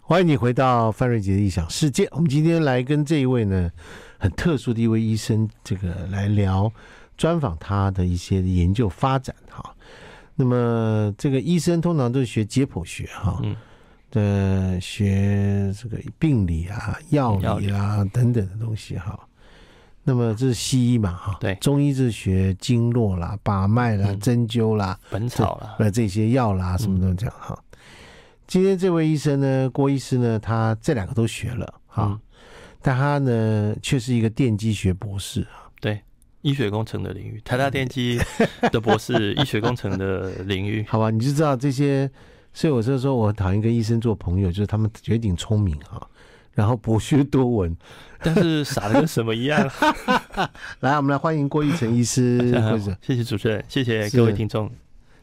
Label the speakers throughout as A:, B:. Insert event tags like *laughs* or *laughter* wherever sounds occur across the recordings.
A: 欢迎你回到范瑞杰的异想世界。我们今天来跟这一位呢很特殊的一位医生，这个来聊专访他的一些研究发展哈。那么这个医生通常都是学解剖学哈，
B: 嗯
A: 呃，学这个病理啊、药
B: 药
A: 理
B: 理
A: 啦、等等的东西哈。那么这是西医嘛哈，
B: 对
A: 中医是学经络啦、把脉啦、
B: 嗯
A: 针灸啦，
B: 本草嗯了，
A: 呃这些药啦什么
B: 嗯
A: 都讲哈。今天这位医生呢，郭医师呢，他这两个都学了哈，
B: 嗯，
A: 但他呢却是一个电机学博士啊。
B: 医学工程的领域，台大电 *laughs* 机的博士，医学工程的领 *laughs* 域，
A: 好吧，你就知道这些，所以我就说我很讨厌跟医生做朋友，就是他们绝顶聪明啊，然后博学多闻。
B: 但是傻的跟什么一 *laughs* 样。，
A: 来，我们来欢迎郭义成医师
B: *laughs*
A: 郭医生，
B: 呃谢谢主持人，谢谢
A: 是
B: 各位听众。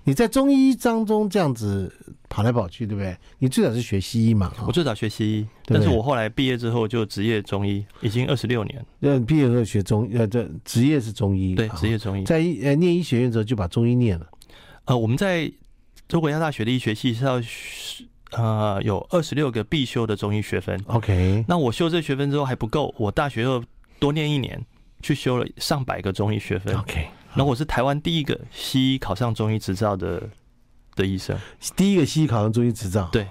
A: 你在中医当中这样子跑来跑去，对不对？你最早是学西医嘛？
B: 我最早学西医，
A: 对
B: 但是我后来毕业之后就职业中医，已经二十六年，
A: 呃，毕业后学中，呃，这职业是中医，
B: 对，
A: 啊
B: 职业中医。
A: 在医呃念医学院的时候就把中医念了。
B: 呃，我们在中国医药大学的医学系是要学呃有二十六个必修的中医学分，
A: OK，
B: 那我修这学分之后还不够，我大学又多念一年，去修了上百个中医学分。
A: OK，
B: 然后我是台湾第一个西医考上中医执照的的医生，
A: 第一个西医考上中医执照，
B: 对，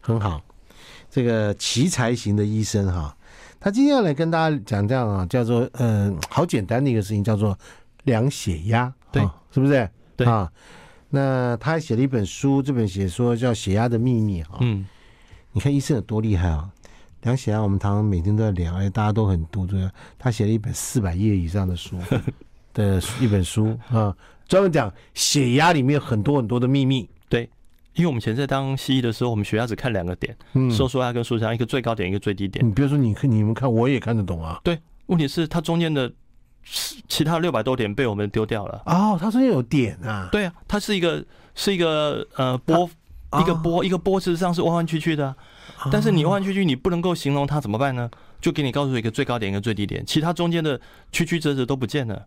A: 很好。这个奇才型的医生哈，他今天要来跟大家讲这样啊，叫做嗯、呃好简单的一个事情，叫做量血压，
B: 对
A: 啊是不是？
B: 对
A: 啊。那他还写了一本书，这本写说叫《血压的秘密》啊。
B: 嗯，
A: 你看医生有多厉害啊！量血压，我们常常每天都在量，而且大家都很读这个。他写了一本四百页以上的 *laughs* 书的一本书啊，专门讲血压里面有很多很多的秘密。
B: 因为我们以前在当西医的时候，我们血压只看两个点，
A: 嗯，
B: 收缩压跟舒张，一个最高点，一个最低点。
A: 你嗯比如说，你看你们看，我也看得懂啊。
B: 问题是它中间的其他六百多点被我们丢掉了。
A: 哦，他说有点啊，
B: 对啊，它是一个是一个呃波，
A: 啊
B: 一个，波一个波，事实上是弯弯曲曲的啊、
A: 啊
B: 但是你弯弯曲曲，你不能够形容它怎么办呢？就给你告诉一个最高点，一个最低点，其他中间的曲曲折折都不见了。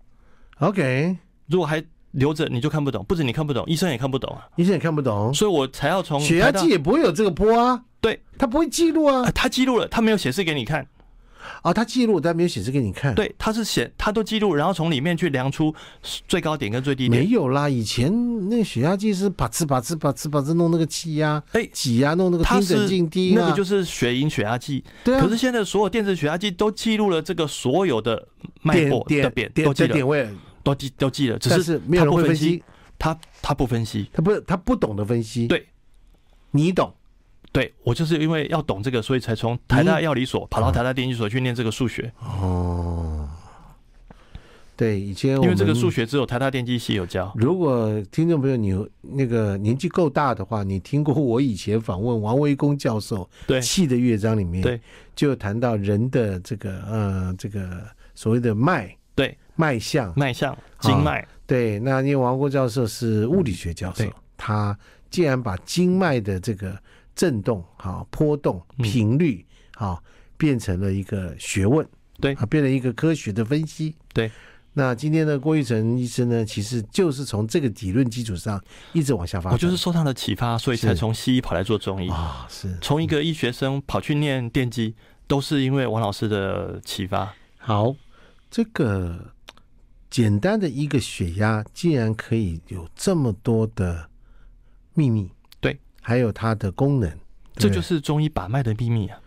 A: OK，
B: 如果还留着，你就看不懂，不止你看不懂，医生也看不懂啊。
A: 医生也看不懂，
B: 所以我才要从
A: 哦血压
B: 台大
A: 计也不会有这个波啊。
B: 对，
A: 他不会记录啊
B: 啊，。他记录了，他没有显示给你看，
A: 啊，他记录，但没有显示给你看。，
B: 对，他是显，他都记录，然后从里面去量出最高点跟最低
A: 没
B: 点。
A: 有啦。以前那个血压计是把呲把呲把呲把呲弄那个气压，
B: 哎
A: 挤压弄那个
B: 它
A: 听诊
B: 是
A: 静低啊，
B: 那个就是血银血压计，
A: 对啊。
B: 可是现在所有电子血压计都记录了这个所有的脉搏
A: 点
B: 的
A: 点
B: 点，
A: 点
B: 都记
A: 的
B: 了，
A: 点位，
B: 都记都记了，只
A: 但
B: 是
A: 是没有人会分析，
B: 他他不分析。
A: 他不他不懂得分析。
B: 对，
A: 你懂。
B: 对我就是因为要懂这个，所以才从台大
A: 嗯
B: 药理所跑到台大电机所去念这个数学，
A: 哦，对，以前我
B: 因为这个
A: 们
B: 数学只有台大电机系有教。
A: 如果听众朋友你那个年纪够大的话，你听过我以前访问王威公教授
B: 对
A: 《气的乐章》里面，
B: 对，
A: 就谈到人的这个呃这个所谓的脉，
B: 对
A: 脉象，
B: 脉象、
A: 哦
B: 经脉，
A: 对。那因为王国教授是物理学教授
B: 对，
A: 他竟然把经脉的这个震动、好、波动、
B: 嗯
A: 频率，好、变成了一个学问，
B: 对
A: 啊，变成一个科学的分析，
B: 对。
A: 那今天呢，郭玉成医生呢，其实就是从这个理论基础上一直往下发展。
B: 我就是受他的启发，所以才
A: 是
B: 从西医跑来做中医。
A: 啊、是
B: 从一个医学生跑去念电机，都是因为王老师的启发。
A: 好，这个简单的一个血压，竟然可以有这么多的秘密，
B: 对，
A: 还有它的功能，
B: 这
A: 对
B: 就。是中医把脉的秘密啊！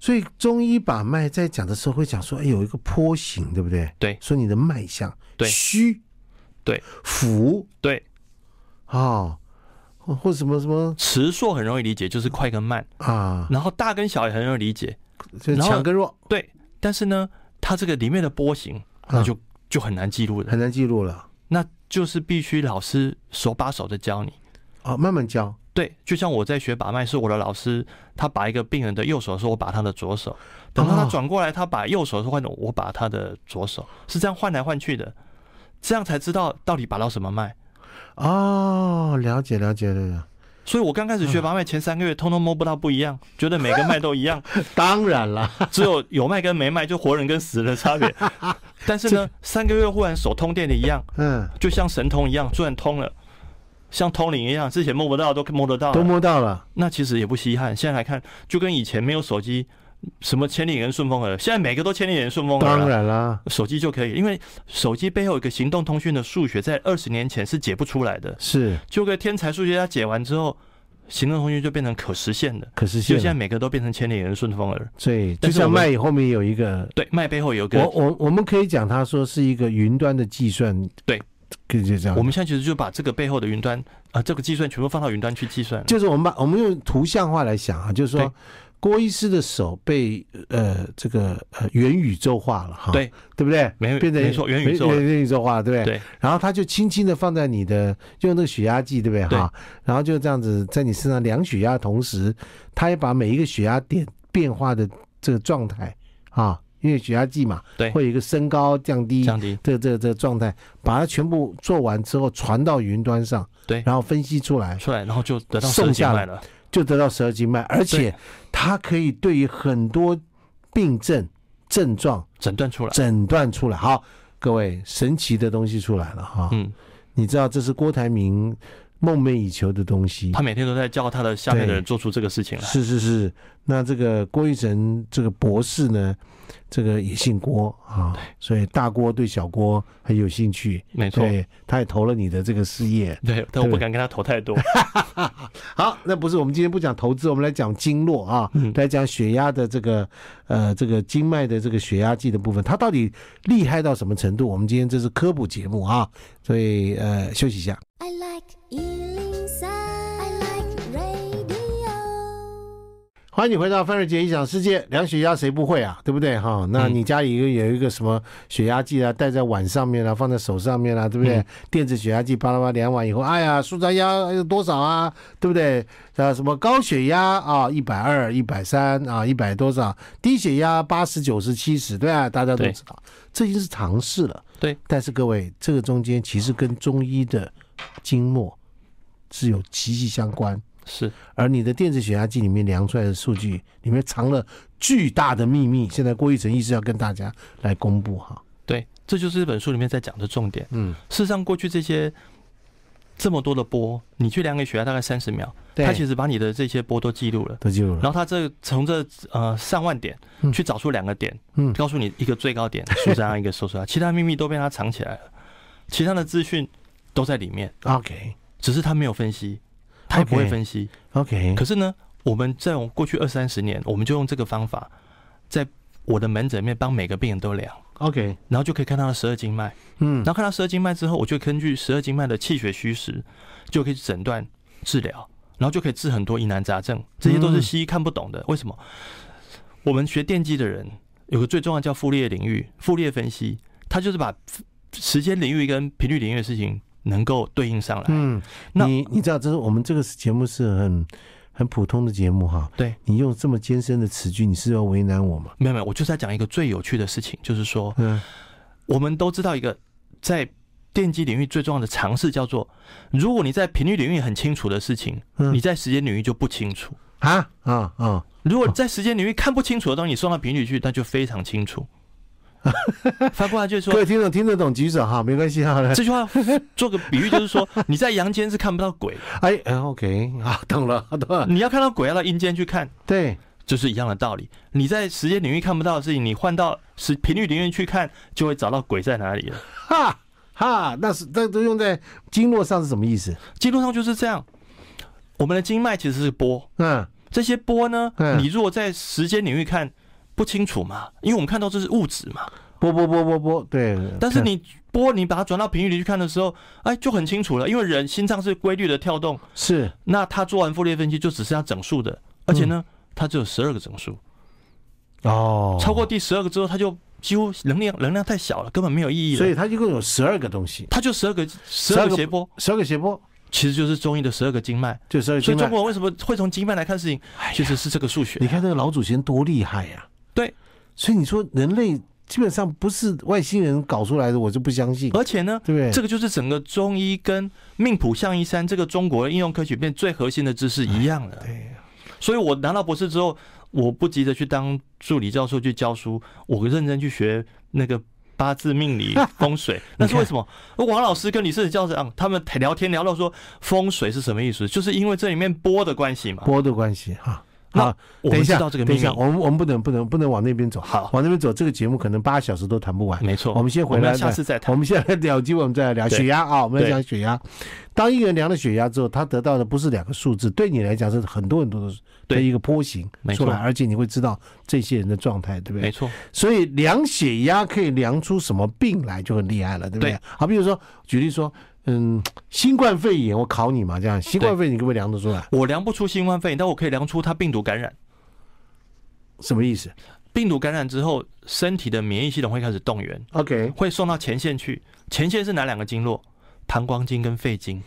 A: 所以中医把脉在讲的时候会讲说，哎，有一个坡形，对不对？
B: 对
A: 说你的脉象，
B: 对
A: 虚，
B: 对，
A: 浮，
B: 对，
A: 哦，或或什么什么
B: 迟硕很容易理解，就是快跟慢，
A: 啊，
B: 然后大跟小也很容易理解，
A: 就
B: 然后
A: 强跟弱
B: 对。但是呢，它这个里面的波形，那就、就很难记录的，
A: 很难记录了。
B: 那就是必须老师手把手的教你。
A: 哦，慢慢教，
B: 对，就像我在学把脉，是我的老师，他把一个病人的右手的时候，我把他的左手；等到他
A: 哦
B: 转过来，他把右手的时候换成我把他的左手，是这样换来换去的，这样才知道到底把到什么脉。
A: 哦，了解了解了解，
B: 所以我刚开
A: 嗯
B: 始学把脉前三个月，通通摸不到不一样，觉得每个脉都一样，
A: 当然啦，
B: 只有有脉跟没脉就活人跟死人的差别。 *laughs* 但是呢，三个月忽然手通电的一样，
A: 嗯，
B: 就像神通一样，突然通了。像通灵一样，之前摸不到都摸得到了，
A: 都摸到了，
B: 那其实也不稀罕。现在来看，就跟以前没有手机，什么千里眼顺风耳，现在每个都千里眼顺风耳
A: 当
B: 了，
A: 然啦，
B: 手机就可以，因为手机背后有一个行动通讯的数学，在二十年前是解不出来的，
A: 是
B: 就跟天才数学家解完之后，行动通讯就变成可实现的。
A: 可实
B: 就
A: 现
B: 现在
A: 了。
B: 每个都变成千里眼顺风耳，
A: 对，就
B: 但是我
A: 像
B: 们
A: 麦后面有一个，
B: 对，麦背后有
A: 我
B: 个，
A: 我我们可以讲，它说是一个云端的计算，
B: 对，
A: 可以就这样
B: 我。们现在其实就把这个背后的云端啊、这个计算全部放到云端去计算了，
A: 就是我们把我们用图像化来想啊，就是说
B: 对
A: 郭医师的手被呃这个呃元宇宙化了哈，
B: 对
A: 对不对？*laughs*
B: 没
A: 变成
B: 没错，元宇宙了
A: 元元宇宙化，对不对？
B: 对
A: 然后他就轻轻的放在你的用那个血压计，对不对？
B: 对
A: 哈，然后就这样子在你身上量血压的同时，他也把每一个血压点变化的这个状态啊，因为血压计嘛，
B: 对
A: 会有一个升高降低，
B: 降低，
A: 这这这状态，把它全部做完之后传到云端上，
B: 对
A: 然后分析出来，
B: 出来，然后就得到
A: 送
B: 神经
A: 下
B: 脉了。
A: 就得到十二经脉，而且
B: 对
A: 它可以对于很多病症症状
B: 诊断出来。
A: 诊断出来。好，各位，神奇的东西出来了哈！
B: 嗯，
A: 你知道这是郭台铭梦寐以求的东西
B: 他。每天都在教他的下面的人做出这个事情来。
A: 嗯是是是，那这个郭玉成这个博士呢，这个也姓郭啊，所以大郭对小郭很有兴趣，
B: 没错，
A: 对，他也投了你的这个事业。
B: 对，但我不敢跟他投太
A: *laughs*
B: 多。
A: 好，那不是我们今天不讲投资，我们来讲经络啊，
B: 嗯
A: 来讲血压的这个呃这个经脉的这个血压计的部分，它到底厉害到什么程度？我们今天这是科普节目啊，所以呃休息一下。
C: I like Ealing Sound. I like radio.
A: 欢迎你回到范瑞杰异想世界，量血压谁不会啊？对不对哈？那
B: 嗯
A: 你家里有有一个什么血压计啊，戴在碗上面啊，放在手上面啊，对不对？
B: 嗯
A: 电子血压计，巴拉巴拉量完以后，哎呀，舒张压有多少啊？对不对？啊，什么高血压啊，一百二、一百三啊，一百多少？低血压八十九十七十，对啊，大家都
B: 对
A: 知道，这已经是常识了。
B: 对，
A: 但是各位，这个中间其实跟中医的经络是有息息相关。
B: 是，
A: 而你的电子血压计里面量出来的数据里面藏了巨大的秘密。现在郭玉成医师要跟大家来公布哈，
B: 对，这就是这本书里面在讲的重点。
A: 嗯，
B: 事实上，过去这些这么多的波，你去量给血压大概三十秒，
A: 对，
B: 它其实把你的这些波都记录了。
A: 都记录了，
B: 然后它这从这呃上万点
A: 嗯
B: 去找出两个点，
A: 嗯
B: 告诉你一个最
A: *laughs*
B: 高点舒张压，一个收缩压，其他秘密都被它藏起来了，其他的资讯都在里面，
A: OK
B: 只是它没有分析，它也不会
A: OK
B: 分析。
A: OK，
B: 可是呢，我们在我过去二三十年，我们就用这个方法，在我的门诊里面帮每个病人都量，
A: OK，
B: 然后就可以看他的十二经脉。
A: 嗯
B: 然，后看到十二经脉之后，我就根据十二经脉的气血虚实，就可以诊断治疗，然后就可以治很多疑难杂症。这些都
A: 嗯
B: 是西医看不懂的。为什么？我们学电机的人有个最重要叫傅立叶领域，傅立叶分析，它就是把时间领域跟频率领域的事情能够对应上来。
A: 嗯，
B: 那
A: 你你知道，这是我们这个节目是很很普通的节目哈，
B: 对，
A: 你用这么艰深的词句，你是要为难我吗？
B: 没有没有，我就是在讲一个最有趣的事情，就是说，
A: 嗯，
B: 我们都知道一个在电机领域最重要的常识叫做，如果你在频率领域很清楚的事情，
A: 嗯
B: 你在时间领域就不清楚。
A: 啊啊啊，
B: 如果在时间领域看不清楚的东西，你送到频率去，那就非常清楚。翻过来就是
A: 各
B: 说，
A: 位听众听得懂举手哈，没关系哈，
B: 这句话做个比喻，就是说 *laughs* 你在阳间是看不到鬼，
A: 哎哎 OK，啊，懂了懂了，
B: 你要看到鬼要到阴间去看，
A: 对，
B: 就是一样的道理。你在时间领域看不到的事情，你换到时频率领域去看，就会找到鬼在哪里了。
A: 哈哈，那是那都用在经络上是什么意思？
B: 记录上就是这样，我们的经脉其实是波，
A: 嗯。
B: 这些波呢
A: 嗯，
B: 你如果在时间领域看不清楚嘛，因为我们看到这是物质嘛，
A: 波波波波波，对。
B: 但是你波你把它转到频率里去看的时候，哎，就很清楚了，因为人心脏是规律的跳动，
A: 是
B: 那它做完傅立叶分析就只剩下整数的，而且呢，
A: 嗯
B: 它只有十二个整数，
A: 哦，
B: 超过第十二个之后，它就几乎能量能量太小了，根本没有意义
A: 所
B: 了
A: 以。它一共有十二个东西，
B: 它就十二个十
A: 12
B: 二
A: 个
B: 个谐波，
A: 十二个斜坡，
B: 其实就是中医的十二个经脉。
A: 就十二个
B: 所
A: 经
B: 以
A: 脉。
B: 中
A: 哎
B: 国人为什么会从经脉来看事情，其实是这个数学。
A: 你看那个老祖先多厉害呀、
B: 对，
A: 所以你说人类基本上不是外星人搞出来的，我就不相信，
B: 而且呢，
A: 对不对？
B: 这个就是整个中医跟命谱象医三这个中国应用科学里面最核心的知识一样的。
A: 对
B: 所以我拿到博士之后，我不急着去当助理教授去教书，我认真去学那个。八字、命理、
A: *laughs*
B: 风水，那是为什么？王老师跟李世子教长他们聊天聊到说风水是什么意思，就是因为这里面波的关系嘛。
A: 波的关系哈。
B: 那
A: 好，
B: 我
A: 等
B: 们
A: 一
B: 知
A: 下，
B: 道这个
A: 等一
B: 秘密
A: 下，，我们我们不能不能不能往那边走，
B: 好
A: 往那边走，这个节目可能八小时都谈不完。
B: 没错。
A: 我们先回
B: 我
A: 来
B: 要下
A: 再
B: 次 *laughs* 再谈
A: 我。们现在聊机会，我们再来聊
B: 对
A: 血压啊，我们要
B: 对
A: 讲血压。当一个人量了血压之后，他得到的不是两个数字，对你来讲是很多很多的
B: 对
A: 的一个波形
B: 没
A: 出
B: 错
A: 来，而且你会知道这些人的状态，对不
B: 没
A: 对？
B: 错，
A: 所以量血压可以量出什么病来就很厉害了，对不对
B: 对？
A: 好，比如说举例说，嗯，新冠肺炎，我考你嘛，这样新冠肺炎你可不可以量得出来？
B: 我量不出新冠肺炎，但我可以量出它病毒感染。
A: 什么意思
B: 病毒感染之后，身体的免疫系统会开始动员，
A: ？OK，
B: 会送到前线去。前线是哪两个经络？膀胱经跟肺经。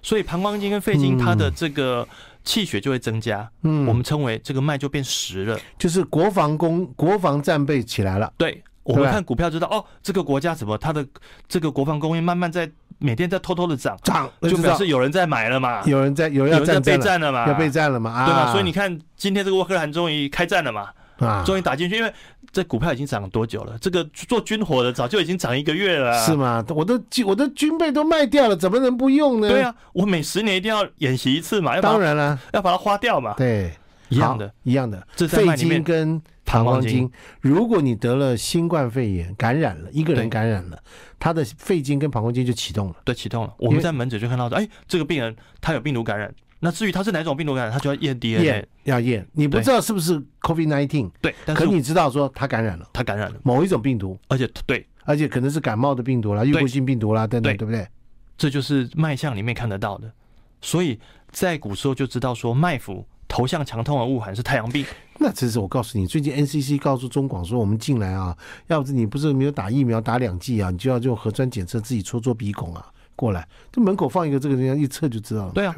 B: 所以膀胱经跟肺经，
A: 嗯
B: 它的这个气血就会增加，
A: 嗯，
B: 我们称为这个脉就变实了。
A: 就是国防工国防战备起来了，
B: 对，啊我
A: 对
B: 们
A: 吧
B: 看股票知道，哦，这个国家怎么它的这个国防工业慢慢在每天在偷偷的涨，
A: 涨了
B: 就
A: 知道
B: 表示有人在买了嘛，
A: 有人在有人要
B: 有人在
A: 战
B: 备
A: 争了。
B: 战了嘛，
A: 要备战了嘛啊，
B: 对吧？所以你看今天这个乌克兰终于开战了嘛，
A: 啊，
B: 终于打进去，因为这股票已经涨了多久了？这个做军火的早就已经涨一个月了，啊
A: 是？吗？我的军我的军备都卖掉了，怎么能不用呢？
B: 对，啊，我每十年一定要演习一次嘛，要把它
A: 当然啦，
B: 要把它花掉嘛，
A: 对，
B: 啊一样的
A: 好，一样的。
B: 这在
A: 肺
B: 脉里
A: 经
B: 面
A: 跟膀胱经，如果你得了新冠肺炎感染了，一个人
B: 对
A: 感染了，他的肺经跟膀胱经就启动了。
B: 对启动了。我
A: 因为
B: 们在门诊就看到说，哎，这个病人他有病毒感染，那至于他是哪种病毒感染，他就要验 DNA，
A: 验要验，你不
B: 对
A: 知道是不是 COVID nineteen，
B: 对，但
A: 可
B: 是
A: 你知道说他感染了
B: 他感染了，
A: 某一种病毒，
B: 而且对，
A: 而且可能是感冒的病毒啦、预过性病毒啦等等，
B: 对
A: 对不对？
B: 这就是脉象里面看得到的，所以在古时候就知道说脉腑。头项强痛的恶寒是太阳病，
A: 那其实我告诉你，最近 NCC 告诉中广说，我们进来啊，要不是你不是没有打疫苗打两剂啊，你就要用核酸检测自己戳戳鼻孔啊，过来，这门口放一个这个人家一测就知道了。
B: 对啊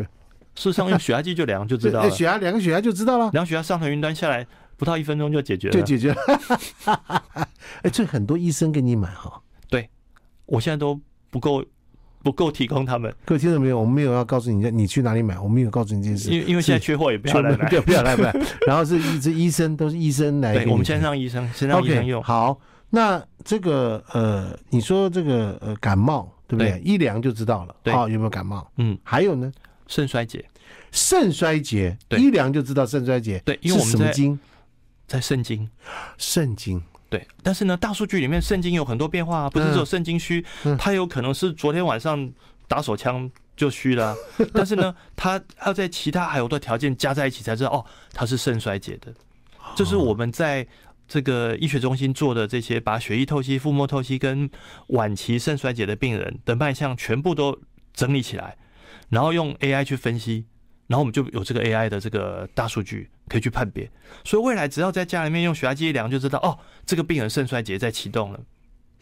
B: 事实上用血压计就量就
A: 对，
B: 知道
A: *laughs* 哎
B: 了，
A: 血压两个血压就知道了，
B: 量血压上头云端下来不到一分钟就解决
A: 就
B: 了。
A: 解决了。 *laughs* 哎，这很多医生给你买哈。
B: 我现在都不够不够提供他们，
A: 各位听到没有？我们没有要告诉你你去哪里买，我们没有告诉你这件事。
B: 因为因为现在
A: 是
B: 缺货也不要来
A: *laughs*
B: 买
A: 对，。不要来买。然后是一这医生都是医生来给
B: 对，
A: 你，
B: 我们先让医生先让医生
A: OK
B: 用。
A: 好，那这个呃，你说这个呃感冒对不对？
B: 对
A: 一量就知道了，
B: 对
A: 好、有没有感冒？
B: 嗯，
A: 还有呢，
B: 肾衰竭
A: 肾衰竭，
B: 对
A: 一量就知道肾衰竭。
B: 对因为我
A: 是什
B: 们
A: 么
B: 在
A: 经？
B: 在肾经。
A: 肾经。
B: 对，但是呢，大数据里面肾经有很多变化啊，不是只有肾经虚
A: 嗯，
B: 它有可能是昨天晚上打手枪就
A: *laughs*
B: 虚了啊，但是呢，它要在其他还有的条件加在一起才知道哦，它是肾衰竭的。这
A: 哦
B: 是我们在这个医学中心做的这些，把血液透析、腹膜透析跟晚期肾衰竭的病人的脉象全部都整理起来，然后用 AI 去分析，然后我们就有这个 AI 的这个大数据可以去判别。所以未来只要在家里面用血压计一量，就知道哦，这个病人肾衰竭在启动了，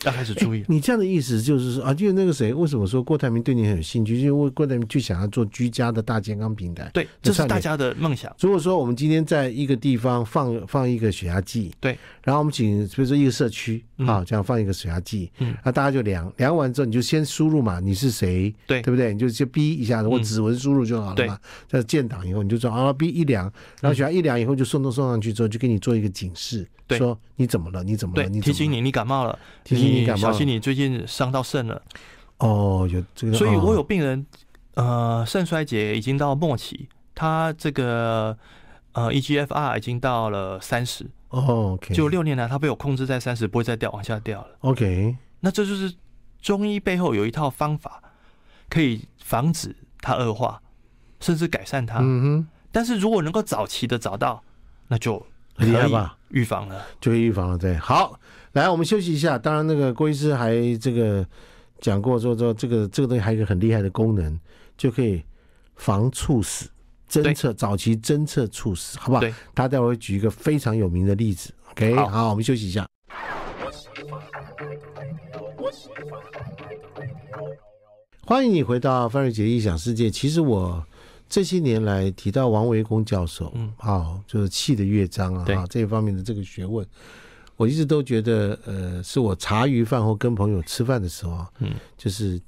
B: 要开始注意了。
A: 你这样的意思就是说啊，就是那个谁，为什么说郭台铭对你很有兴趣？因为郭台铭就想要做居家的大健康平台。
B: *laughs* 对，这是大家的梦想。
A: 如果说我们今天在一个地方放放一个血压计，
B: 对，
A: 然后我们请比如说一个社区
B: 嗯
A: 啊，这样放一个血压计，
B: 嗯
A: 那大家就量量完之后，你就先输入嘛，你是谁，
B: 对
A: 对不对？你就先逼一下，或
B: 嗯
A: 指纹输入就好了嘛。在建档以后，你就说啊，逼一量，然
B: 嗯
A: 后血压一量以后就送到送上去之后，就给你做一个警示，
B: 对
A: 说你怎么了？你怎么
B: 对
A: 了？，你怎
B: 提
A: 么
B: 醒
A: 了
B: 你，你感冒了，
A: 提醒你感冒
B: 小
A: 了
B: 心你最近伤到肾了。
A: 哦，有这个，
B: 所以我
A: 哦
B: 有病人，呃，肾衰竭已经到末期，他这个呃 EGFR 已经到了三十，
A: 哦，OK，
B: 就六年来他被我控制在三十，不会再掉往下掉了。
A: OK，
B: 那这就是中医背后有一套方法，可以防止它恶化，甚至改善它。
A: 嗯
B: 但是如果能够早期的找到，那就
A: 哼，厉
B: 可
A: 害
B: 以
A: 吧？
B: 预防了。
A: 就预防了，对。好，来我们休息一下。当然，那个郭医师还这个讲过说说这个这个东西还有一个很厉害的功能，就可以防猝死，侦
B: 对
A: 测早期侦测猝死，好不好？
B: 对，
A: 他待会儿会举一个非常有名的例子。OK，
B: 好
A: 好，我们休息一下。欢迎你回到范瑞杰异想世界。其实我这些年来提到王维公教授，
B: 嗯，
A: 哦，就是气的乐章啊，
B: 对
A: 啊这一方面的这个学问，我一直都觉得，呃，是我茶余饭后跟朋友吃饭的时候啊，
B: 嗯，
A: 就是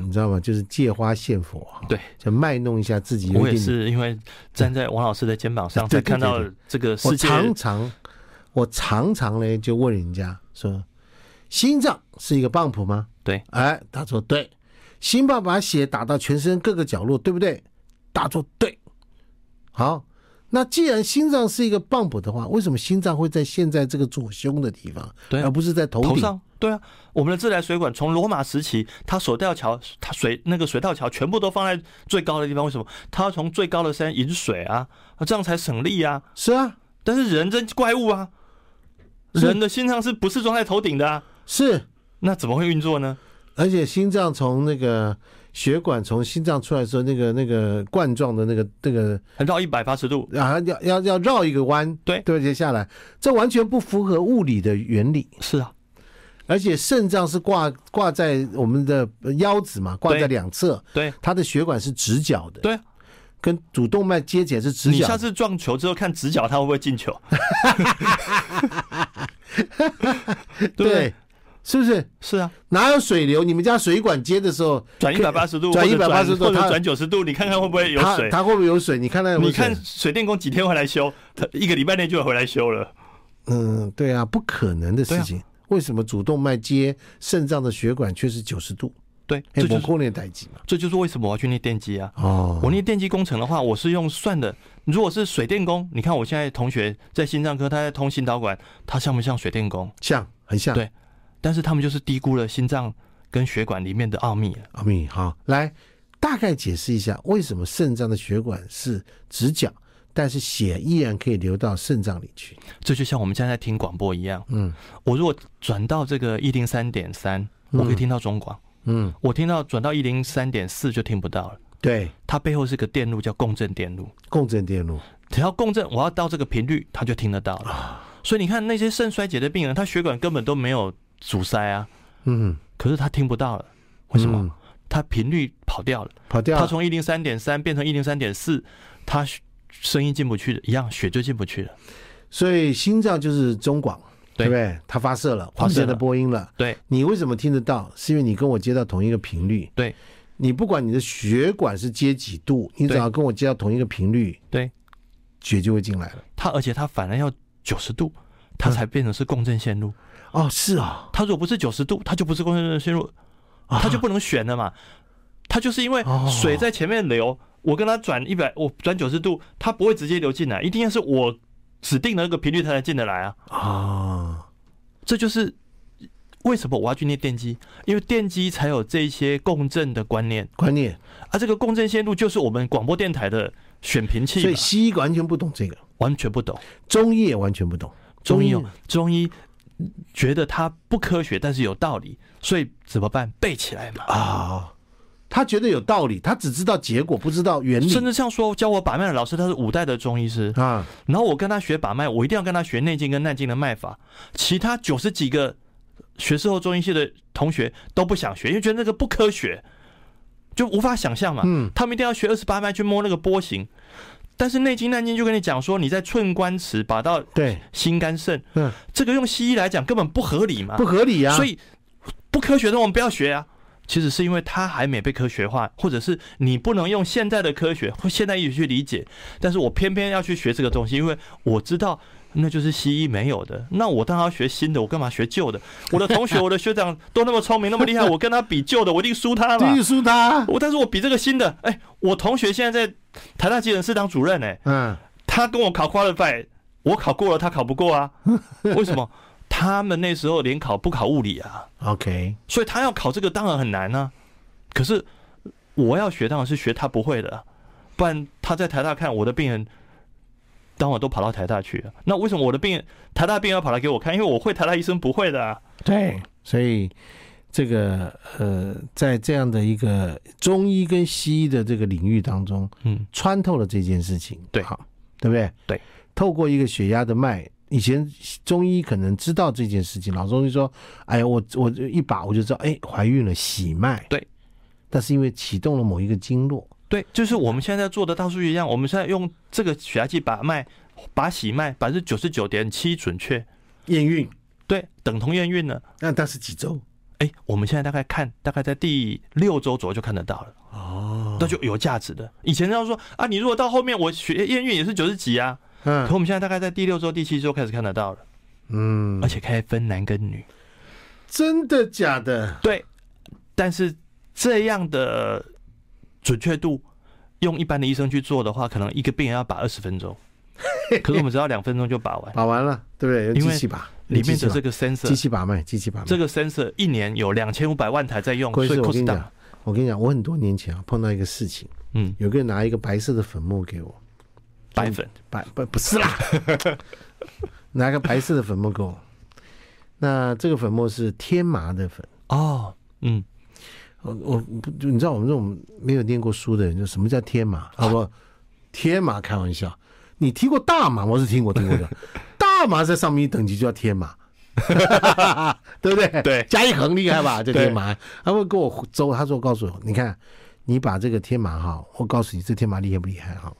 A: 你知道吗？就是借花献佛啊，
B: 对，
A: 就卖弄一下自己有
B: 我
A: 一
B: 也
A: 点。
B: 是因为站在王老师的肩膀
A: *laughs*
B: 上，
A: 对
B: 才
A: 对
B: 看到
A: 对
B: 这个世
A: 我
B: 界。
A: 常常，我常常呢就问人家说，心脏是一个泵浦吗？
B: 对，
A: 哎，他说对。心泵把血打到全身各个角落，对不对？他说对。好，那既然心脏是一个泵浦的话，为什么心脏会在现在这个左胸的地方，
B: 对啊
A: 而不是在头顶？
B: 头上，对啊，我们的自来水管从罗马时期，它索道桥，它水那个水道桥全部都放在最高的地方，为什么？它要从最高的山引水啊，啊这样才省力啊。
A: 是啊，
B: 但是人真怪物啊，
A: 是
B: 人的心脏是不是装在头顶的啊？
A: 是。
B: 那怎么会运作呢？
A: 而且心脏从那个血管从心脏出来的时候，那个那个冠状的那个那个
B: 还绕一百八十度，
A: 啊，要要要绕一个弯，
B: 对
A: 对，接下来这完全不符合物理的原理。
B: 是啊，
A: 而且肾脏是挂挂在我们的腰子嘛，挂在
B: 对
A: 两侧，
B: 对，
A: 它的血管是直角的，
B: 对啊，
A: 跟主动脉接起来是直
B: 你
A: 角
B: 下
A: 的。
B: 次撞球之后看直角它会不会
A: *laughs*
B: 进球， *laughs* 对不对？
A: 对，是不是？
B: 是啊，
A: 哪有水流？你们家水管接的时候，
B: 转一百八十度，
A: 转
B: 或者
A: 180度
B: 或者
A: 它
B: 转九十度，你看看会不会有
A: 它
B: 水？
A: 它会不会有水？你看那有没有
B: 你看
A: 水
B: 水电工几天回来修，他一个礼拜内就回来修了。
A: 嗯，对啊，不可能的事情。为什么主动脉接肾脏的血管却是九十度？
B: 对，
A: 哎
B: 这，就
A: 我
B: 是
A: 过年代机嘛。
B: 这就是为什么我要去念电机啊。
A: 哦，
B: 我念电机工程的话，我是用算的。如果是水电工，你看我现在同学在心脏科，他在通心导管，他像不像水电工？
A: 像很像。
B: 对但是他们就是低估了心脏跟血管里面的奥秘了。啊
A: 阿米，好，来大概解释一下为什么肾脏的血管是直角，但是血依然可以流到肾脏里去。
B: 这就像我们现在在听广播一样，
A: 嗯
B: 我如果转到这个一零三点三，
A: 嗯
B: 我可以听到中广；
A: 嗯，
B: 我听到转到一零三点四就听不到了。
A: 对，
B: 它背后是个电路，叫共振电路。
A: 共振电路
B: 只要共振，我要到这个频率，他就听得到了。所以你看那些肾衰竭的病人，他血管根本都没有阻塞啊，
A: 嗯，
B: 可是他听不到了，为什么？
A: 嗯啊
B: 他频率跑掉了，
A: 跑掉
B: 他
A: 了？
B: 从一零三点三变成一零三点四，他血声音进不去了，一样血就进不去了。
A: 所以心脏就是中广，
B: 对
A: 不对？它发射了，
B: 发射
A: 无
B: 了
A: 线的波音了。
B: 对
A: 你为什么听得到？是因为你跟我接到同一个频率。
B: 对，
A: 你不管你的血管是接几度，你只
B: 对
A: 要跟我接到同一个频率，
B: 对，
A: 血就会进来了。
B: 他而且他反而要九十度，他才变成是共振线路。
A: 哦，是啊，
B: 他如果不是九十度，他就不是共振线路，他就不能选了嘛。他就是因为
A: 哦
B: 水在前面流，我跟他转一百，我转九十度，他不会直接流进来，一定要是我指定的那个频率，他才进得来啊。
A: 啊，
B: 这就是为什么我要去念电机，因为电机才有这些共振的观念
A: 观念。
B: 啊。这个共振线路就是我们广播电台的选频器
A: 所以
B: 嘛，
A: 西医完全不懂这个，
B: 完全不懂。
A: 中医也完全不懂。
B: 中医哦，中医觉得它不科学，但是有道理，所以怎么办？背起来嘛。
A: 啊，他觉得有道理，他只知道结果，不知道原理。
B: 甚至像说教我把脉的老师，他是五代的中医师，
A: 啊，
B: 然后我跟他学把脉，我一定要跟他学内经跟内经的脉法。其他九十几个学士后中医系的同学都不想学，因为觉得那个不科学，就无法想象嘛。
A: 嗯
B: 他们一定要学二十八脉去摸那个波形，但是内经内经就跟你讲说，你在寸关尺把到
A: 对，
B: 心肝肾，
A: 嗯，
B: 这个用西医来讲根本不合理嘛
A: 不。合理啊。
B: 所以不科学的我们不要学啊。其实是因为它还没被科学化，或者是你不能用现在的科学或现代医学去理解，但是我偏偏要去学这个东西，因为我知道那就是西医没有的。那我当然要学新的，我干嘛学旧的？我的同学、我的学长都那么聪明、那么厉害，我跟他比旧的，我一定输
A: *laughs*
B: 他
A: 对
B: 嘛
A: 就。输他。
B: 我但是我比这个新的，哎，我同学现在在台大急诊室当主任、哎，
A: 嗯，
B: 他跟我考 qualify，我考过了，他考不过啊？为什么？他们那时候连考不考物理啊？
A: OK，
B: 所以他要考这个当然很难啊。可是我要学当然是学他不会的啊，不然他在台大看我的病人，当晚都跑到台大去了。那为什么我的病人台大病人要跑来给我看？因为我会台大医生不会的啊。
A: 对，所以这个呃，在这样的一个中医跟西医的这个领域当中，
B: 嗯，
A: 穿透了这件事情，
B: 对
A: 好，对不对？
B: 对，
A: 透过一个血压的脉，以前中医可能知道这件事情，老中医说，哎呀，我我一把我就知道，哎，怀孕了，喜脉，
B: 对，
A: 但是因为启动了某一个经络，
B: 对，就是我们现在做的大数据一样，我们现在用这个血压计把脉、把喜脉百分之九十九点七准确，
A: 验孕，
B: 对，等同验孕呢。
A: 那但是几周？
B: 哎，我们现在大概看，大概在第六周左右就看得到了。
A: 哦，
B: 那就有价值的。以前要说啊，你如果到后面我学验孕也是九十几啊，
A: 嗯
B: 可我们现在大概在第六周、第七周开始看得到了，
A: 嗯
B: 而且可以分男跟女。
A: 真的假的？
B: 对，但是这样的准确度，用一般的医生去做的话，可能一个病人要把二十分
A: *laughs*
B: 钟，可是我们只要两分钟就把完。
A: 把完了，对不对？有
B: 因
A: 机
B: 为
A: 器把，有
B: 里面
A: 机器
B: 的
A: 把
B: 这个 sensor
A: 机器把脉，机器把脉。
B: 这个 sensor 一年有两千五百万台在用，
A: 郭
B: 所
A: 医
B: 以
A: 师，我
B: cost
A: 跟你
B: down
A: 讲。，我跟你讲，我很多年前啊碰到一个事情，
B: 嗯，
A: 有个人拿一个白色的粉末给我，
B: 白粉，
A: 白不不是啦， *laughs* 拿个白色的粉末给我。那这个粉末是天麻的粉，
B: 哦，嗯，
A: 我我不就你知道我们这种没有念过书的人，就什么叫天麻？好不好？天麻开玩笑，你听过大麻？我是听过听过的，大麻在上面一等级就叫天麻， *laughs* 对不对？
B: 对
A: 加一横厉害吧？这
B: 对
A: 天麻，他会跟我周，他说告诉我，你看你把这个天麻哈，我告诉你这天麻厉害不厉害哈？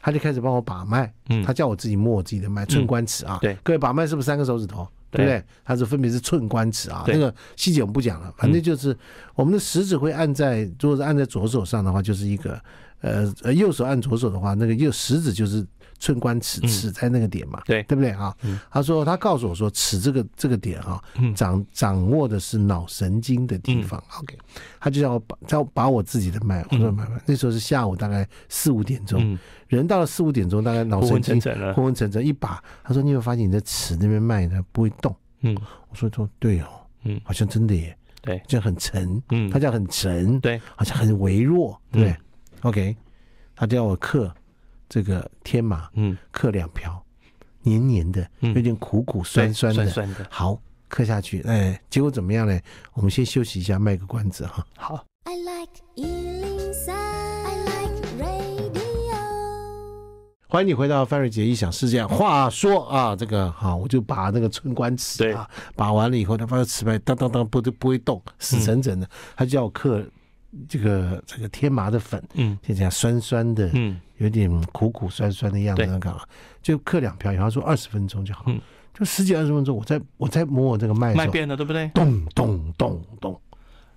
A: 他就开始帮我把脉，
B: 嗯
A: 他叫我自己摸我自己的脉，寸关尺啊。
B: 对
A: 各位把脉是不是三个手指头？对
B: 对
A: 不对？它是分别是寸关尺啊，
B: 对嗯
A: 那个细节我们不讲了，反正就是我们的食指会按在，如果是按在左手上的话，就是一个呃呃右手按左手的话，那个右食指就是寸关尺，
B: 嗯
A: 尺在那个点嘛，
B: 对
A: 对不对啊？他说他告诉我说，尺这个这个点啊，
B: 嗯
A: 掌掌握的是脑神经的地方。OK，他就要把要把我自己的脉，我说
B: 嗯
A: 脉脉，那时候是下午大概四五点钟，
B: 嗯，
A: 人到了四五点钟，大概脑
B: 昏
A: 神
B: 昏
A: 经
B: 沉沉了，
A: 昏昏沉沉一把。他说你有没有发现你的尺那边脉呢不会动？
B: 嗯
A: 我说说对哦，
B: 嗯
A: 好像真的耶，
B: 对
A: 好像很沉，
B: 嗯，
A: 他叫很沉，
B: 对，
A: 好像很微弱，对不对
B: 嗯
A: ？OK，他叫我刻这个天麻，
B: 嗯
A: 刻两瓢，黏黏的，
B: 嗯
A: 有点苦苦
B: 对
A: 酸酸的，
B: 酸酸的，
A: 好。刻下去，哎，结果怎么样呢？我们先休息一下，卖个关子哈。
B: 好，
C: I like Ealing Sound. I like radio.
A: 欢迎你回到范瑞杰异想世界。话说啊，这个好，我就把那个寸关尺
B: 对
A: 啊，把完了以后，他发现尺脉当当当不都不会动，死沉沉的。他叫我刻这个这个天麻的粉，
B: 嗯
A: 就这样酸酸的，
B: 嗯
A: 有点苦苦酸酸的样子，
B: 对
A: 那干嘛？就刻两瓢以后，他说二十分钟就好，
B: 嗯
A: 就十几二十分钟，我在我在摸我这个脉的
B: 脉
A: 时候，
B: 变了，对不对？
A: 咚咚咚咚，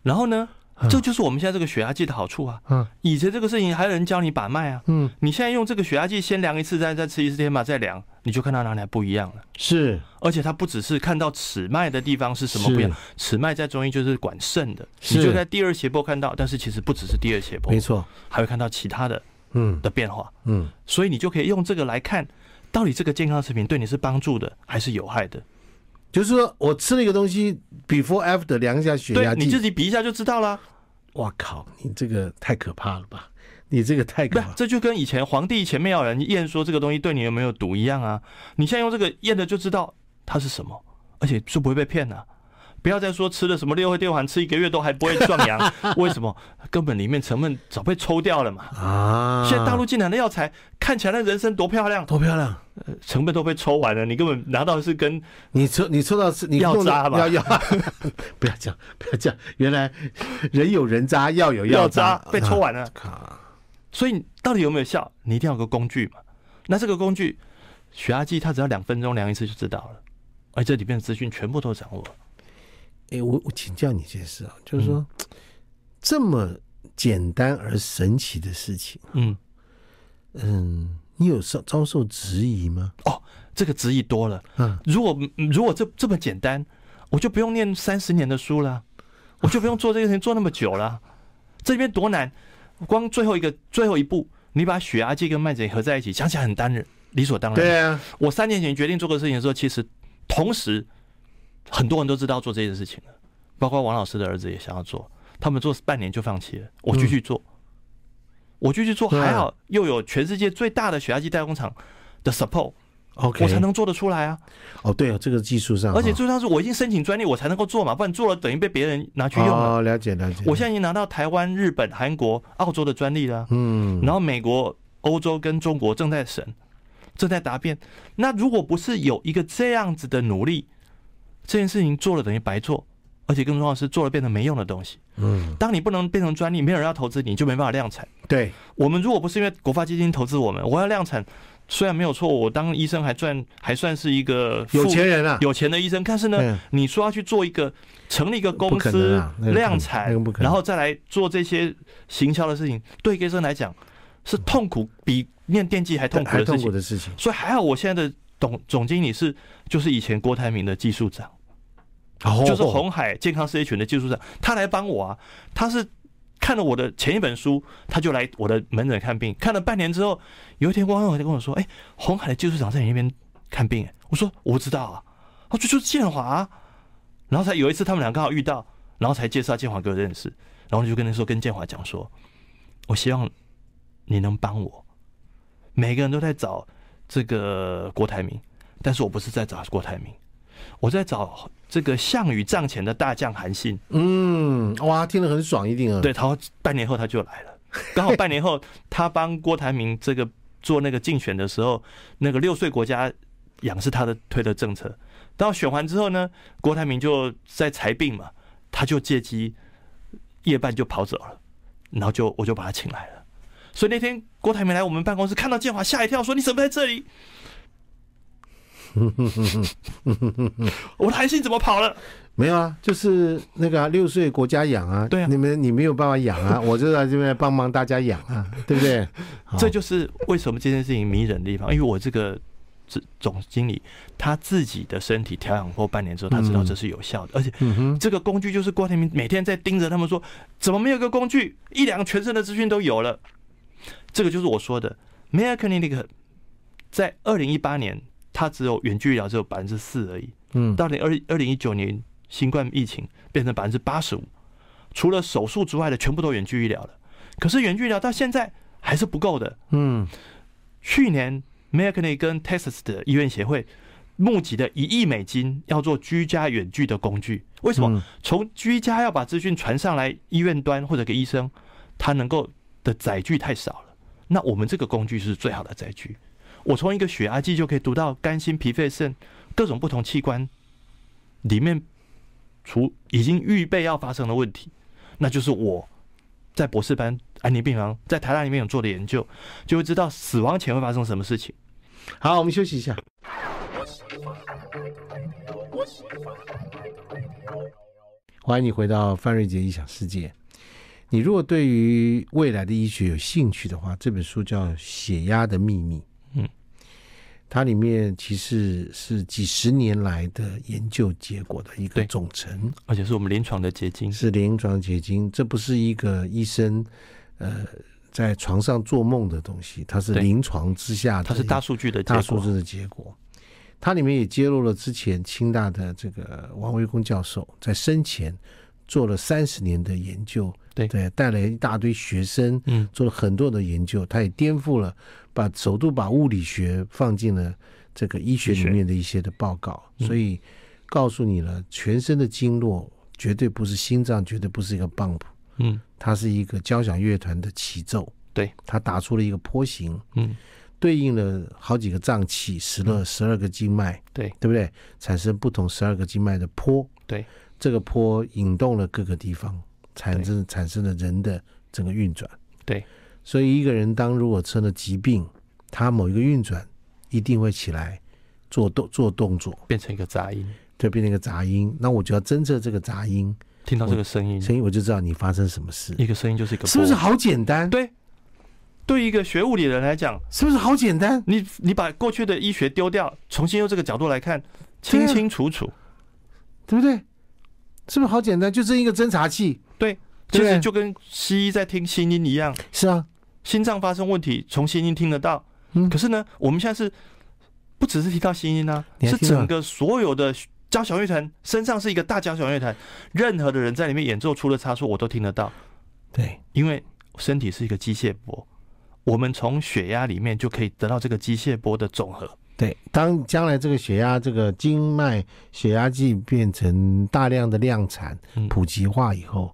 B: 然后呢
A: 嗯，
B: 这就是我们现在这个血压计的好处啊。
A: 嗯
B: 以前这个事情还有人教你把脉啊，
A: 嗯，
B: 你现在用这个血压计先量一次，再再吃一次天麻，再量，你就看到哪里不一样了。
A: 是
B: 而且它不只是看到尺脉的地方是什么不一样，尺脉在中医就是管肾的，
A: 是
B: 你就在第二斜坡看到，但是其实不只是第二斜坡
A: 没，错，
B: 还会看到其他的
A: 嗯
B: 的变化，
A: 嗯，
B: 所以你就可以用这个来看，到底这个健康食品对你是帮助的还是有害的。
A: 就是说我吃了一个东西，before after 量一下血
B: 对
A: 压，
B: 你自
A: 计，
B: 己比一下就知道啦。
A: 哇靠，你这个太可怕了吧？你这个太
B: 不
A: 可
B: 是
A: 怕，，
B: 这就跟以前皇帝前面要有人验说这个东西对你有没有毒一样啊。你现在用这个验的就知道它是什么，而且是不会被骗的、啊不要再说吃了什么六合六环，吃一个月都还不会壮
A: *laughs*
B: 阳，为什么？根本里面成分早被抽掉了嘛。
A: 啊！
B: 现在大陆进来的药材看起来那人参多漂亮，
A: 多漂亮！
B: 成分都被抽完了，你根本拿到的是跟
A: 你抽你抽到是你
B: 药
A: 弄的
B: 渣吧
A: 要 *laughs* 要，不要这样，不要这样。原来人有人渣，药有
B: 药
A: 渣
B: 渣，被抽完了。
A: 啊。
B: 所以到底有没有效？你一定要有个工具嘛。那这个工具，血压计它只要两分钟量一次就知道了，而这里面的资讯全部都掌握了。
A: 哎、我我请教你一件事啊，
B: 嗯
A: 就是说、这么简单而神奇的事情，
B: 嗯，
A: 嗯，你有受遭受质疑吗？
B: 这个质疑多了。
A: 啊，
B: 如果嗯如果这这么简单，我就不用念三十年的书啦，我就不用做这个事情做那么久啦。这里面多难，光最后一个最后一步，你把血压计跟脉诊合在一起，想起来很单人理所当然。
A: 对啊，
B: 我三年前决定做个事情的时候，其实同时很多人都知道做这件事情了，包括王老师的儿子也想要做，他们做半年就放弃了，我继续做，我继续做，
A: 嗯对啊
B: 还好又有全世界最大的血压计代工厂的 support，
A: ，OK，
B: 我才能做得出来啊！
A: 哦，对哦，这个技术上哈，
B: 而且最重要是我已经申请专利，我才能够做嘛，不然做了等于被别人拿去用了。
A: 哦，了解了解。
B: 我现在已经拿到台湾、日本、韩国、澳洲的专利了啊。
A: 嗯，
B: 然后美国、欧洲跟中国正在审，正在答辩。那如果不是有一个这样子的努力，这件事情做了等于白做，而且更重要的是做了变成没用的东西。
A: 嗯，
B: 当你不能变成专利，没有人要投资你，你就没办法量产。
A: 对，
B: 我们如果不是因为国发基金投资我们，我要量产，虽然没有错，我当医生还赚，还算是一个富
A: 有钱人啊，
B: 有钱的医生，但是呢，
A: 嗯
B: 你说要去做一个成立一个
A: 不
B: 公
A: 可
B: 司、
A: 能啊那个不可能
B: 量产
A: 那个不可，能
B: 然后再来做这些行销的事情，对医生来讲是痛苦，比念电机还痛苦
A: 还
B: 的
A: 痛
B: 事
A: 苦
B: 情。
A: 的事情，
B: 所以还好，我现在的董总经理是就是以前郭台铭的技术长，
A: 哦
B: 就是红海健康事业群的技术长，他来帮我啊，他是。看了我的前一本书，他就来我的门诊看病。看了半年之后，有一天汪友就跟我说：“哎、红海的技术长在你那边看病。”哎我说：“我不知道啊。”他说：“就是建华、啊。”然后才有一次他们俩刚好遇到，然后才介绍建华给我认识。然后就跟他说，跟建华讲说：“我希望你能帮我。每个人都在找这个郭台铭，但是我不是在找郭台铭，我在找这个项羽帐前的大将韩信。
A: 嗯，哇，听得很爽，一定啊。
B: 对，然后半年后他就来了， *laughs* 刚好半年后他帮郭台铭这个做那个竞选的时候，那个六岁国家养是他的推的政策。到选完之后呢，郭台铭就在裁病嘛，他就借机夜半就跑走了，然后就我就把他请来了。所以那天郭台铭来我们办公室，看到建华吓一跳，说：“你怎么在这里？”我的韩信怎么跑了？
A: 没有啊，就是那个啊六、岁国家养啊，
B: 对啊
A: 你们你没有办法养
B: *laughs*
A: 啊，我就在这边来帮忙大家养啊，对不对？好
B: 这就是为什么这件事情迷人的地方，因为我这个总总经理他自己的身体调养过半年之后，他知道这是有效的，而且
A: 嗯哼，
B: 这个工具就是郭台铭每天在盯着他们说，怎么没有一个工具，一两个全身的资讯都有了。这个就是我说的 m e r c l i n i c 在二零一八年，它只有远距医疗只有百分之四而已，
A: 嗯，
B: 到零二二零一九年新冠疫情变成百分之八十五，除了手术之外的全部都远距医疗了。可是远距医疗到现在还是不够的，
A: 嗯，
B: 去年 m e r c n y 跟 Texas 的医院协会募集的一亿美金，要做居家远距的工具。为什么？
A: 嗯
B: 从居家要把资讯传上来医院端或者给医生，他能够的载具太少了。那我们这个工具是最好的载具。我从一个血压计就可以读到肝、心、脾、肺、肾各种不同器官里面除已经预备要发生的问题，那就是我在博士班安宁病房在台大里面有做的研究，就会知道死亡前会发生什么事情。
A: 好，我们休息一下。欢迎你回到范瑞杰异想世界。你如果对于未来的医学有兴趣的话，这本书叫《血压的秘密》。
B: 嗯，
A: 它里面其实是几十年来的研究结果的一个
B: 对
A: 总成。
B: 而且是我们临床的结晶。
A: 是临床结晶，这不是一个医生呃在床上做梦的东西，它是
B: 对
A: 临床之下的
B: 它是大数据的结
A: 大
B: 果。
A: 数字的结果。它里面也揭露了之前清大的这个王维公教授在生前做了三十年的研究，
B: 对
A: 对，带了一大堆学生，
B: 嗯，
A: 做了很多的研究，他也颠覆了，把首度把物理学放进了这个医学里面的一些的报告，
B: 嗯
A: 所以告诉你了，全身的经络绝对不是心脏，绝对不是一个棒谱，
B: 嗯
A: 它是一个交响乐团的起奏，
B: 对，
A: 它打出了一个波形，
B: 嗯，
A: 对应了好几个脏器，十了十二个经脉，
B: 对
A: 对不对？产生不同十二个经脉的波，
B: 对，
A: 这个波引动了各个地方，产生产生了人的整个运转，
B: 对。
A: 所以一个人当如果生了疾病，他某一个运转一定会起来做动做动作，
B: 变成一个杂音，
A: 就变成一个杂音。那我就要侦测这个杂音
B: 听到这个声音，
A: 声音，我就知道你发生什么事，
B: 嗯一个声音就是一个，
A: 是不是？好简单？，
B: 对，对于一个学物理的人来讲，
A: 是不是好简单？
B: 你你把过去的医学丢掉，重新用这个角度来看，清清楚楚。
A: 对不对？是不是好简单？就这一个侦察器，
B: 其
A: 对
B: 实就跟西医在听心音一样，
A: 是啊，
B: 心脏发生问题，从心音听得到。
A: 嗯
B: 可是呢，我们现在是不只是听到心音啊，
A: 你还
B: 是
A: 听到
B: 整个所有的交响乐团身上是一个大交响乐团，任何的人在里面演奏出了差错，我都听得到，
A: 对，
B: 因为身体是一个机械波，我们从血压里面就可以得到这个机械波的总和。
A: 对，当将来这个血压、这个经脉血压计变成大量的量产、
B: 嗯
A: 普及化以后，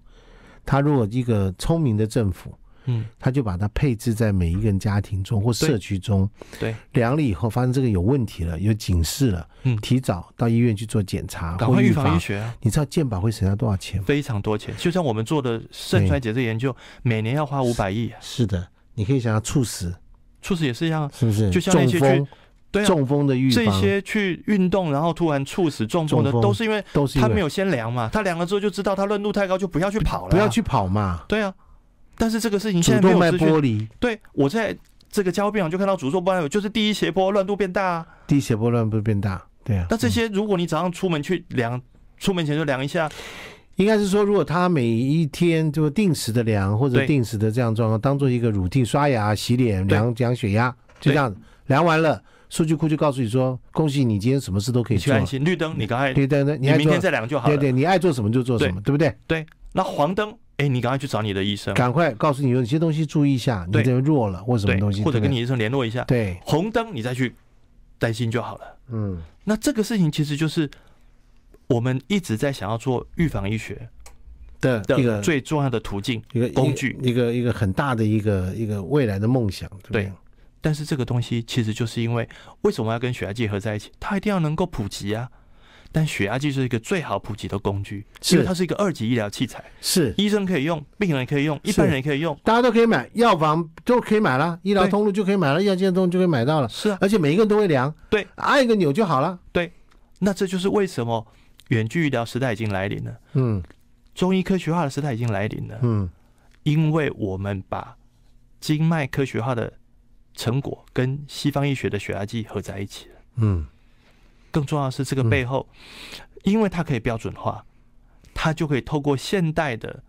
A: 它如果一个聪明的政府，
B: 嗯，
A: 它就把它配置在每一个人家庭中或社区中，
B: 对，
A: 量了以后发现这个有问题了，有警示了，
B: 嗯
A: 提早到医院去做检查
B: 赶
A: 或
B: 快预
A: 预
B: 防
A: 防
B: 医。学啊，
A: 你知道健保会省下多少钱吗？
B: 非常多钱，就像我们做的肾衰竭这研究，每年要花五百亿啊，
A: 是的，你可以想想猝死
B: 猝死也是一样啊，
A: 是不是？
B: 就像那
A: 中
B: 些
A: 风，
B: 对啊。
A: 中风的预
B: 这
A: 防
B: 些去运动然后突然猝死中风的，
A: 中风
B: 都是因为
A: 都是因
B: 他
A: 为
B: 没有先量嘛，他量了之后就知道他温度太高，就不要去跑了、啊
A: 不要。去跑嘛，
B: 对啊，但是这个事情
A: 主
B: 现在没
A: 动脉
B: 有资讯。
A: 剥离，
B: 对，我在这个交互病房就看到主动脉有，就是第一斜坡乱度变大、啊。
A: 低血波乱不是变大？对啊。
B: 那这些如果你早上出门去量出门前就量一下，
A: 应该是说，如果他每一天就定时的量或者
B: 对
A: 定时的这样状况，当做一个乳定刷牙、洗脸、
B: 对
A: 量量血压，就
B: 对
A: 这样子量完了，数据库就告诉你说，恭喜你今天什么事都可以
B: 你去
A: 做了
B: 安，心。绿灯，你刚才
A: 对对对，
B: 你
A: 爱
B: 明
A: 做
B: 天，再量就好
A: 对
B: 了。
A: 对，你爱做什么就做什么，对不对？
B: 那黄灯，哎，你赶快去找你的医生，
A: 赶快告诉你有哪些东西注意一下，你
B: 对
A: 这弱了或什么
B: 对
A: 东西，，
B: 或者
A: 对不
B: 跟
A: 对
B: 你医生联络一下。
A: 对，
B: 红灯，你再去担心就好了。
A: 嗯，
B: 那这个事情其实就是我们一直在想要做预防医学
A: 的一
B: 的
A: 个
B: 最重要的途径，
A: 一个
B: 工具
A: 一个一个一个很大的一个一个未来的梦想，对不对
B: 对？但是这个东西其实就是因为为什么要跟血压计合在一起？它一定要能够普及啊。但血压计是一个最好普及的工具，因为
A: 是
B: 它是一个二级医疗器材，
A: 是，
B: 医生可以用，病人也可以用，一般人也可以用。
A: 大家都可以买，药房都可以买了，医疗
B: 对
A: 通路就可以买了，药监通就可以买到了。
B: 是啊，
A: 而且每一个人都会量，
B: 对，
A: 按一个钮就好了。
B: 那这就是为什么远距医疗时代已经来临了，
A: 嗯
B: 中医科学化的时代已经来临了，
A: 嗯，
B: 因为我们把经脉科学化的成果跟西方医学的血压计合在一起了。
A: 嗯，
B: 更重要的是，这个
A: 嗯
B: 背后，因为它可以标准化，它就可以透过现代的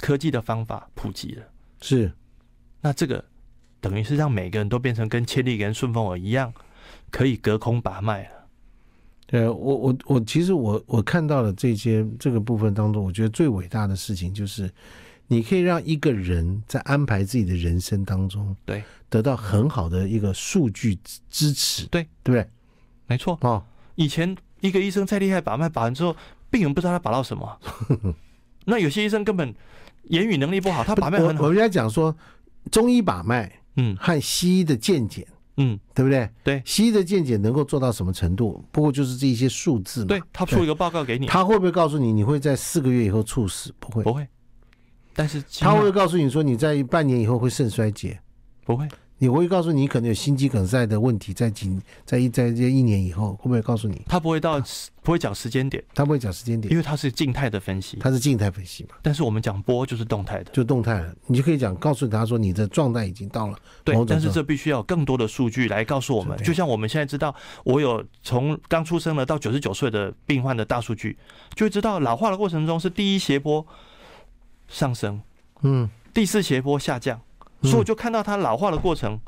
B: 科技的方法普及了。
A: 是
B: 那这个等于是让每个人都变成跟千里跟顺风耳一样，可以隔空把脉了。
A: 呃，我我我，其实我我看到了这些这个部分当中，我觉得最伟大的事情就是，你可以让一个人在安排自己的人生当中，
B: 对，
A: 得到很好的一个数据支支持，
B: 对
A: 对不对？
B: 没错，
A: 哦，
B: 以前一个医生再厉害，把脉把完之后，病人不知道他把到
A: *laughs*
B: 什么啊。那有些医生根本言语能力不好，他把脉
A: 我
B: 很
A: 我
B: 好。
A: 们在讲说，中医把脉
B: 嗯
A: 和西医的见解
B: 嗯，
A: 对不对？
B: 对
A: 西医的见解能够做到什么程度？不过就是这一些数字嘛。
B: 对，他出一个报告给你，
A: 嗯
B: 哦
A: 他会不会告诉你你会在四个月以后猝死？不会。
B: 不会。但是经
A: 他
B: 脉
A: 会不会告诉你说你在半年以后会肾衰竭？
B: 不会，
A: 你会告诉你可能有心肌梗塞的问题，在几在一在这一年以后会不会告诉你？
B: 他不会到不会讲时间点，
A: 他不会讲时间点
B: 因，为它是静态的分析。
A: 他是静态分析嘛，
B: 但是我们讲波就是动态的，
A: 就动态了，你就可以讲告诉他说你的状态已经到了
B: 对
A: 某种。
B: 但是这必须要有更多的数据来告诉我们
A: 是，对
B: 就像我们现在知道，我有从刚出生的到九十九岁的病患的大数据，就会知道老化的过程中是第一斜坡上升，
A: 嗯，
B: 第四斜坡下降，
A: 嗯
B: 所以我就看到它老化的过程，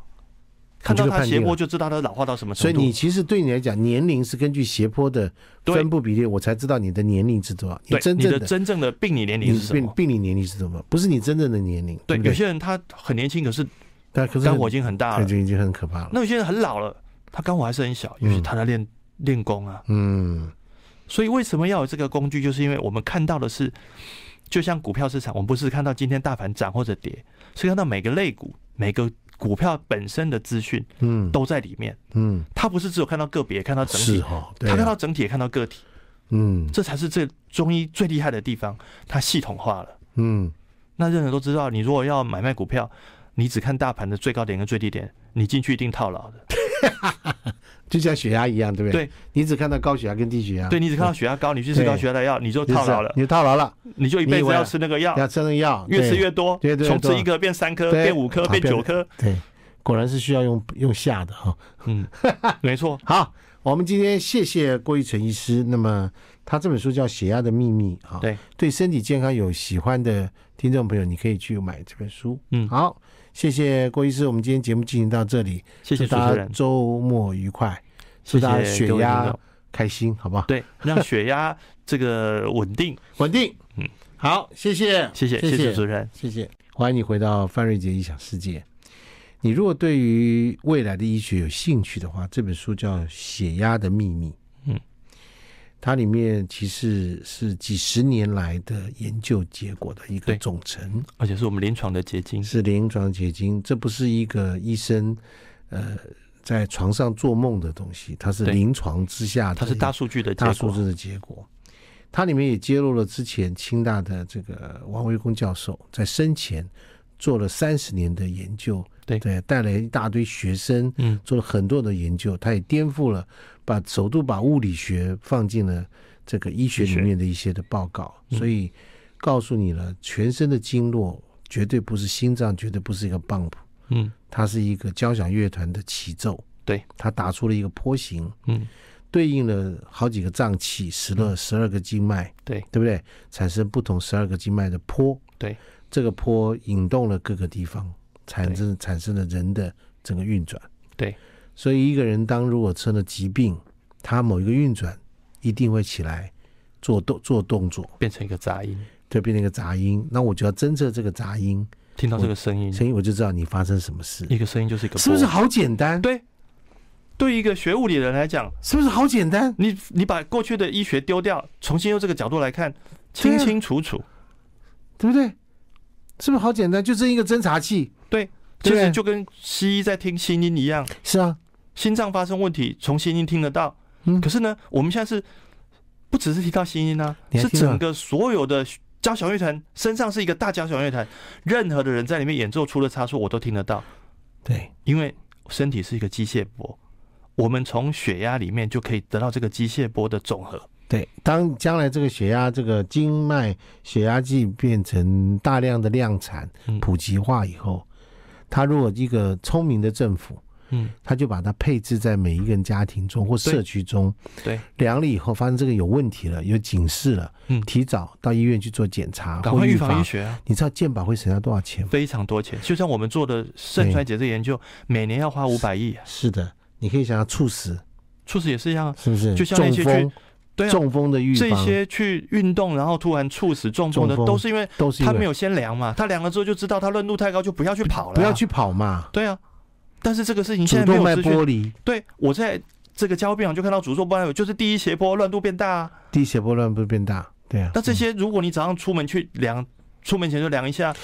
B: 看
A: 你就
B: 到
A: 可以
B: 它
A: 判定
B: 斜坡
A: 了
B: 就知道它老化到什么
A: 所
B: 程
A: 以
B: 度。
A: 你其实对你来讲，年龄是根据斜坡的
B: 对
A: 分布比例，我才知道你的年龄是多少。
B: 对
A: 真
B: 你
A: 正
B: 的真正的病理年龄
A: 你
B: 是什
A: 病
B: 么？
A: 病理年龄是什么？不是你真正的年龄，
B: 对，
A: 不
B: 有
A: 对？
B: 些人他很年轻，可是
A: 但可是
B: 肝火已经很大
A: 对
B: 了；
A: 就已经很可怕了。
B: 那有些人很老了，他肝火还是很小，
A: 嗯
B: 尤其他在练练功啊。
A: 嗯，
B: 所以为什么要有这个工具？就是因为我们看到的是，就像股票市场，我们不是看到今天大盘涨或者跌，是看到每个类股、每个股票本身的资讯
A: 嗯，
B: 都在里面。
A: 嗯，
B: 他不是只有看到个别，看到整
A: 是
B: 体，
A: 哦，对、
B: 他看
A: 啊，
B: 到整体也看到个体，
A: 嗯
B: 这才是这中医最厉害的地方，它系统化了。
A: 嗯，
B: 那任何人都知道，你如果要买卖股票，你只看大盘的最高点跟最低点，你进去一定套牢的。
A: 就像血压一样，对不对？
B: 对，
A: 你只看到高血压跟低血压，
B: 对你只看到血压高，你去吃高血压的药，你就
A: 就是
B: 套
A: 这样
B: 牢了，
A: 你就套牢了，
B: 你就一辈
A: 你以
B: 子
A: 为啊
B: 要吃那个药。
A: 要吃那个药，
B: 越吃
A: 对
B: 越多
A: 对，对
B: 从
A: 对
B: 吃一颗变三颗，
A: 对
B: 变五颗，
A: 啊
B: 变
A: 变
B: 九颗。
A: 对，果然是需要用用下的哈、
B: 嗯，
A: 啊
B: 没错，
A: 好，我们今天谢谢郭一成医师。那么他这本书叫《血压的秘密》啊，
B: 对，
A: 对身体健康有喜欢的听众朋友，你可以去买这本书。
B: 嗯
A: 好，谢谢郭医师。我们今天节目进行到这里，
B: 谢谢
A: 祝
B: 主
A: 大
B: 持
A: 家
B: 人，
A: 周末愉快，祝
B: 谢
A: 大家
B: 谢
A: 血
B: 各位听
A: 压
B: 众。
A: 开心，好不好？
B: 对，让血压这个稳定。
A: 稳定。
B: 嗯，
A: 好，谢谢，
B: 谢谢，
A: 谢
B: 谢谢主持人。
A: 谢谢，欢迎你回到范瑞杰异想世界。你如果对于未来的医学有兴趣的话，这本书叫《血压的秘密》。
B: 嗯，
A: 它里面其实是几十年来的研究结果的一个
B: 对
A: 总成，
B: 而且是我们临床的结晶。
A: 是临床结晶。这不是一个医生，呃，在床上做梦的东西，它是
B: 对
A: 临床之下的
B: 它是
A: 一个
B: 大数据的结
A: 大
B: 果。
A: 数字的结果。它里面也揭露了之前清大的这个王维公教授在生前做了三十年的研究，
B: 对
A: 对，带来一大堆学生
B: 嗯，
A: 做了很多的研究，他也颠覆了，把首度把物理学放进了这个医学里面的一些的报告，
B: 嗯
A: 所以告诉你了，全身的经络绝对不是心脏，绝对不是一个泵，
B: 嗯
A: 它是一个交响乐团的起奏，
B: 对，
A: 他打出了一个波形，
B: 嗯，
A: 对应了好几个脏器，十了十二个经脉，
B: 对
A: 对不对？产生不同十二个经脉的波，
B: 对，
A: 这个波引动了各个地方，产
B: 对
A: 生产生了人的整个运转，
B: 对。
A: 所以一个人当如果生了疾病，他某一个运转一定会起来做动做动作，
B: 变成一个杂音，
A: 就变成一个杂音。那我就要侦测这个杂音
B: 听到这个声音，
A: 声音，我就知道你发生什么事，
B: 一个声音就是一个，
A: 是不是？好简单？
B: 对，对于一个学物理的人来讲，
A: 是不是好简单？
B: 你你把过去的医学丢掉，重新用这个角度来看，清清楚楚，
A: 对不对？是不是好简单？就这一个侦察器，
B: 其
A: 对
B: 实就跟西医在听心音一样，
A: 是啊，
B: 心脏发生问题，从心音听得到。
A: 嗯
B: 可，是呢，我们现在是不只是听到心音啊，
A: 你还
B: 是
A: 听到
B: 整个所有的交响乐团身上是一个大交响乐团，任何的人在里面演奏出的差错我都听得到，
A: 对，
B: 因为身体是一个机械波，我们从血压里面就可以得到这个机械波的总和。
A: 对，当将来这个血压、这个经脉血压计变成大量的量产、
B: 嗯
A: 普及化以后，它如果一个聪明的政府，
B: 嗯，
A: 它就把它配置在每一个人家庭中或社区中，
B: 对，
A: 量了以后发现这个有问题了，有警示了，
B: 嗯
A: 提早到医院去做检查
B: 赶
A: 或
B: 快
A: 预
B: 预防
A: 防
B: 医。学啊。
A: 你知道健保会省下多少钱吗？
B: 非常多钱，就像我们做的肾衰竭这研究，每年要花五百亿啊，
A: 是的，你可以想想猝死
B: 猝死也是一样啊。
A: 是不是？
B: 就像那
A: 中
B: 些
A: 风，
B: 对啊，
A: 中风的预
B: 这
A: 防
B: 些去运动然后突然猝死中风的，
A: 中风
B: 都是因为
A: 都是因
B: 他
A: 为
B: 没有先量嘛，他量了之后就知道他温度太高，就不要去跑了、啊
A: 不要。去跑嘛，
B: 对啊，但是这个事情
A: 主
B: 现在没
A: 动脉
B: 有资讯。
A: 剥离，
B: 对，我在这个交互病房就看到主动脉有，就是第一斜坡乱度变大啊。
A: 低血波乱不是变大？对啊。
B: 那这些如果你早上出门去量，出门前就量一下，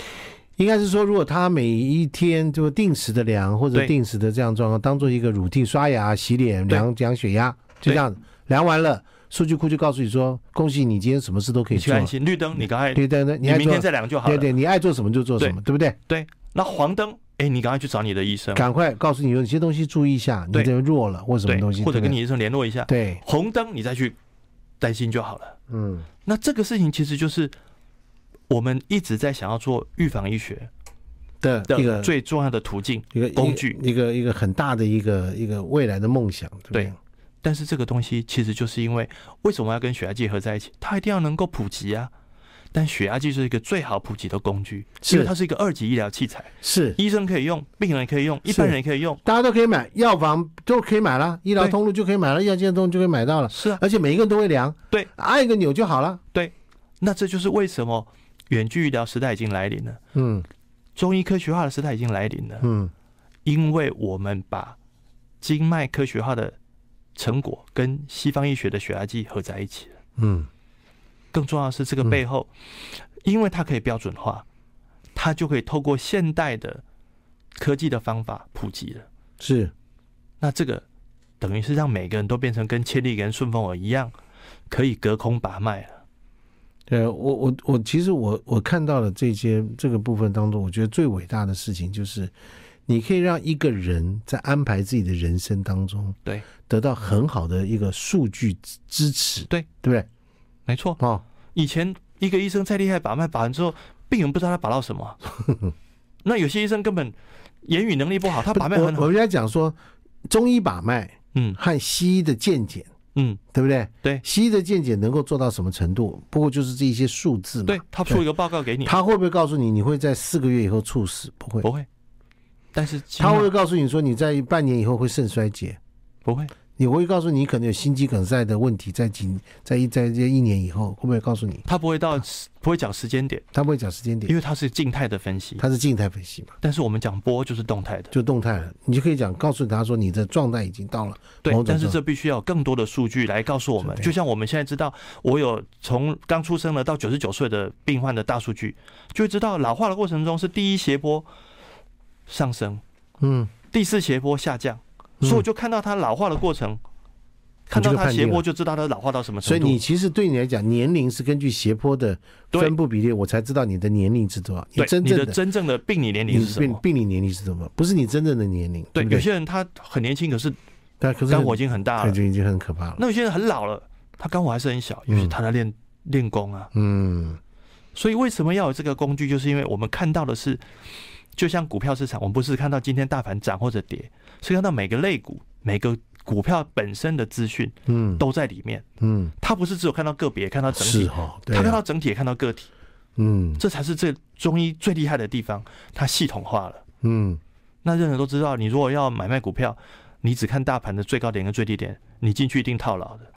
A: 应该是说，如果他每一天就定时的量或者
B: 对
A: 定时的这样状况，当做一个 routine 刷牙、洗脸、
B: 对
A: 量量血压，就
B: 对
A: 这样子量完了，数据库就告诉你说，恭喜你今天什么事都可以
B: 你去
A: 做
B: 安，心。绿灯你赶快，
A: 嗯对对对，你
B: 你
A: 爱
B: 明
A: 做
B: 天，再量就好
A: 对
B: 了。
A: 对，你爱做什么就做什么，对不对？
B: 那黄灯，哎，你赶快去找你的医生，
A: 赶快告诉你有哪些东西注意一下，你
B: 对
A: 这个弱了或什么
B: 对
A: 东西，，
B: 或者
A: 对不
B: 跟
A: 对
B: 你医生联络一下。
A: 对，
B: 红灯你再去担心就好了。
A: 嗯，
B: 那这个事情其实就是我们一直在想要做预防医学
A: 的一
B: 的
A: 个
B: 最重要的途径，
A: 一个
B: 工具
A: 一个一个很大的一个一个未来的梦想，对不对
B: 对？但是这个东西其实就是因为为什么要跟血压计合在一起？它一定要能够普及啊。但血压计是一个最好普及的工具，因为
A: 是
B: 它是一个二级医疗器材，
A: 是，
B: 医生可以用，病人也可以用，一般人也可以用。
A: 大家都可以买，药房都可以买了，医疗
B: 对
A: 通路就可以买了，药监通就可以买到了，
B: 是啊，
A: 而且每一个人都会量，
B: 对，
A: 按一个钮就好了。
B: 那这就是为什么远距医疗时代已经来临了，
A: 嗯
B: 中医科学化的时代已经来临了。
A: 嗯，
B: 因为我们把经脉科学化的成果跟西方医学的血压计合在一起了。
A: 嗯，
B: 更重要的是，这个背后，因为它可以标准化，它就可以透过现代的科技的方法普及了。
A: 是
B: 那这个等于是让每个人都变成跟千里跟顺风耳一样，可以隔空把脉了。
A: 呃，我我我，其实我我看到了这些这个部分当中，我觉得最伟大的事情就是，你可以让一个人在安排自己的人生当中，
B: 对，
A: 得到很好的一个数据支支持，
B: 对
A: 对不对？
B: 没错，
A: 哦，
B: 以前一个医生再厉害，把脉把完之后，病人不知道他把到什么啊。那有些医生根本言语能力不好，他把脉
A: 我
B: 很
A: 我
B: 好。
A: 们在讲说，中医把脉
B: 嗯
A: 和西医的见解。
B: 嗯，
A: 对不对？
B: 对
A: 西医的见解能够做到什么程度？不过就是这一些数字嘛。
B: 对，他出一个报告给你，哦
A: 他会不会告诉你你会在四个月以后猝死？不会。
B: 不会，但是经
A: 他
B: 脉
A: 会告诉你说你在半年以后会肾衰竭，
B: 不会，
A: 你会告诉你可能有心肌梗塞的问题，在几在一在这一年以后会不会告诉你？
B: 他不会到不会讲时间点，
A: 他不会讲时间点
B: 因，为它是静态的分析，
A: 他是静态分析嘛，
B: 但是我们讲波就是动态的，
A: 就动态了，你就可以讲告诉他说你的状态已经到了
B: 对
A: 某种。
B: 但是这必须要有更多的数据来告诉我们
A: 是，对
B: 就像我们现在知道，我有从刚出生的到九十九岁的病患的大数据，就会知道老化的过程中是第一斜坡上升，
A: 嗯，
B: 第四斜坡下降，所以我就看到他老化的过程。看
A: 你这
B: 到
A: 个
B: 他
A: 嗯判
B: 斜
A: 定
B: 坡
A: 了
B: 就知道他老化到什么
A: 所
B: 程
A: 以
B: 度，
A: 你其实对你来讲，年龄是根据斜坡的
B: 对
A: 分布比例，我才知道你的年龄是多少。
B: 对
A: 真
B: 你
A: 正
B: 的真正的病理年龄
A: 你
B: 是什
A: 病
B: 么？
A: 病理年龄是什么？不是你真正的年龄，
B: 对，
A: 不
B: 有
A: 对？
B: 些人他很年轻，可是
A: 但可是
B: 肝火已经很大
A: 对
B: 了。
A: 就已经很可怕了。
B: 那有些人很老了，他肝火还是很小，
A: 嗯
B: 因为他在练练功啊。
A: 嗯，
B: 所以为什么要有这个工具？就是因为我们看到的是，就像股票市场，我们不是看到今天大盘涨或者跌，是看到每个类股、每个股票本身的资讯
A: 嗯
B: 都在里面，
A: 嗯，
B: 他不是只有看到个别，看到整
A: 是
B: 体，
A: 哦，对
B: 他看
A: 啊，
B: 到整体也看到个体，
A: 嗯
B: 这才是这中医最厉害的地方，它系统化了。
A: 嗯
B: 那任何人都知道，你如果要买卖股票，你只看大盘的最高点跟最低点，你进去一定套牢的。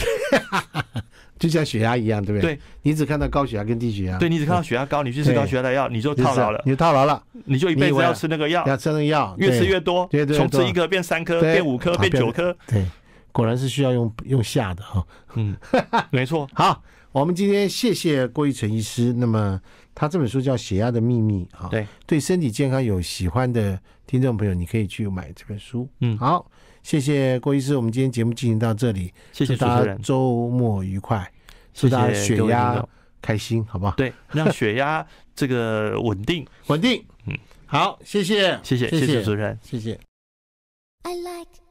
A: 就像血压一样，对不对？
B: 对，
A: 你只看到高血压跟低血压，
B: 对你只看到血压高，你去吃
A: 对
B: 高血压的药，你就
A: 就是
B: 套牢了，
A: 你就套牢了，
B: 你就一辈
A: 你以
B: 子
A: 为啊
B: 要吃那个药，
A: 要吃那个药，
B: 越吃
A: 对
B: 越多
A: 对，对
B: 从
A: 对
B: 吃一颗变三颗，
A: 对
B: 变五颗，
A: 啊
B: 变
A: 变
B: 九颗。
A: 对，果然是需要用用下的哈、 *laughs*
B: 嗯，没错，
A: 好，我们今天谢谢郭一成医师。那么他这本书叫《血压的秘密》啊，
B: 对，
A: 对身体健康有喜欢的听众朋友，你可以去买这本书。
B: 嗯
A: 好，谢谢郭医师。我们今天节目进行到这里，
B: 谢谢
A: 祝
B: 主
A: 大
B: 持
A: 家
B: 人，
A: 周末愉快，祝
B: 谢
A: 大家
B: 谢
A: 血
B: 各位听
A: 压
B: 众，
A: 开心，好不好？
B: 对，让血压这个稳定。
A: 稳定。
B: 嗯，
A: 好，谢谢，
B: 谢谢，
A: 谢
B: 谢谢主
A: 谢，
B: 持人。
A: 谢谢。
C: I like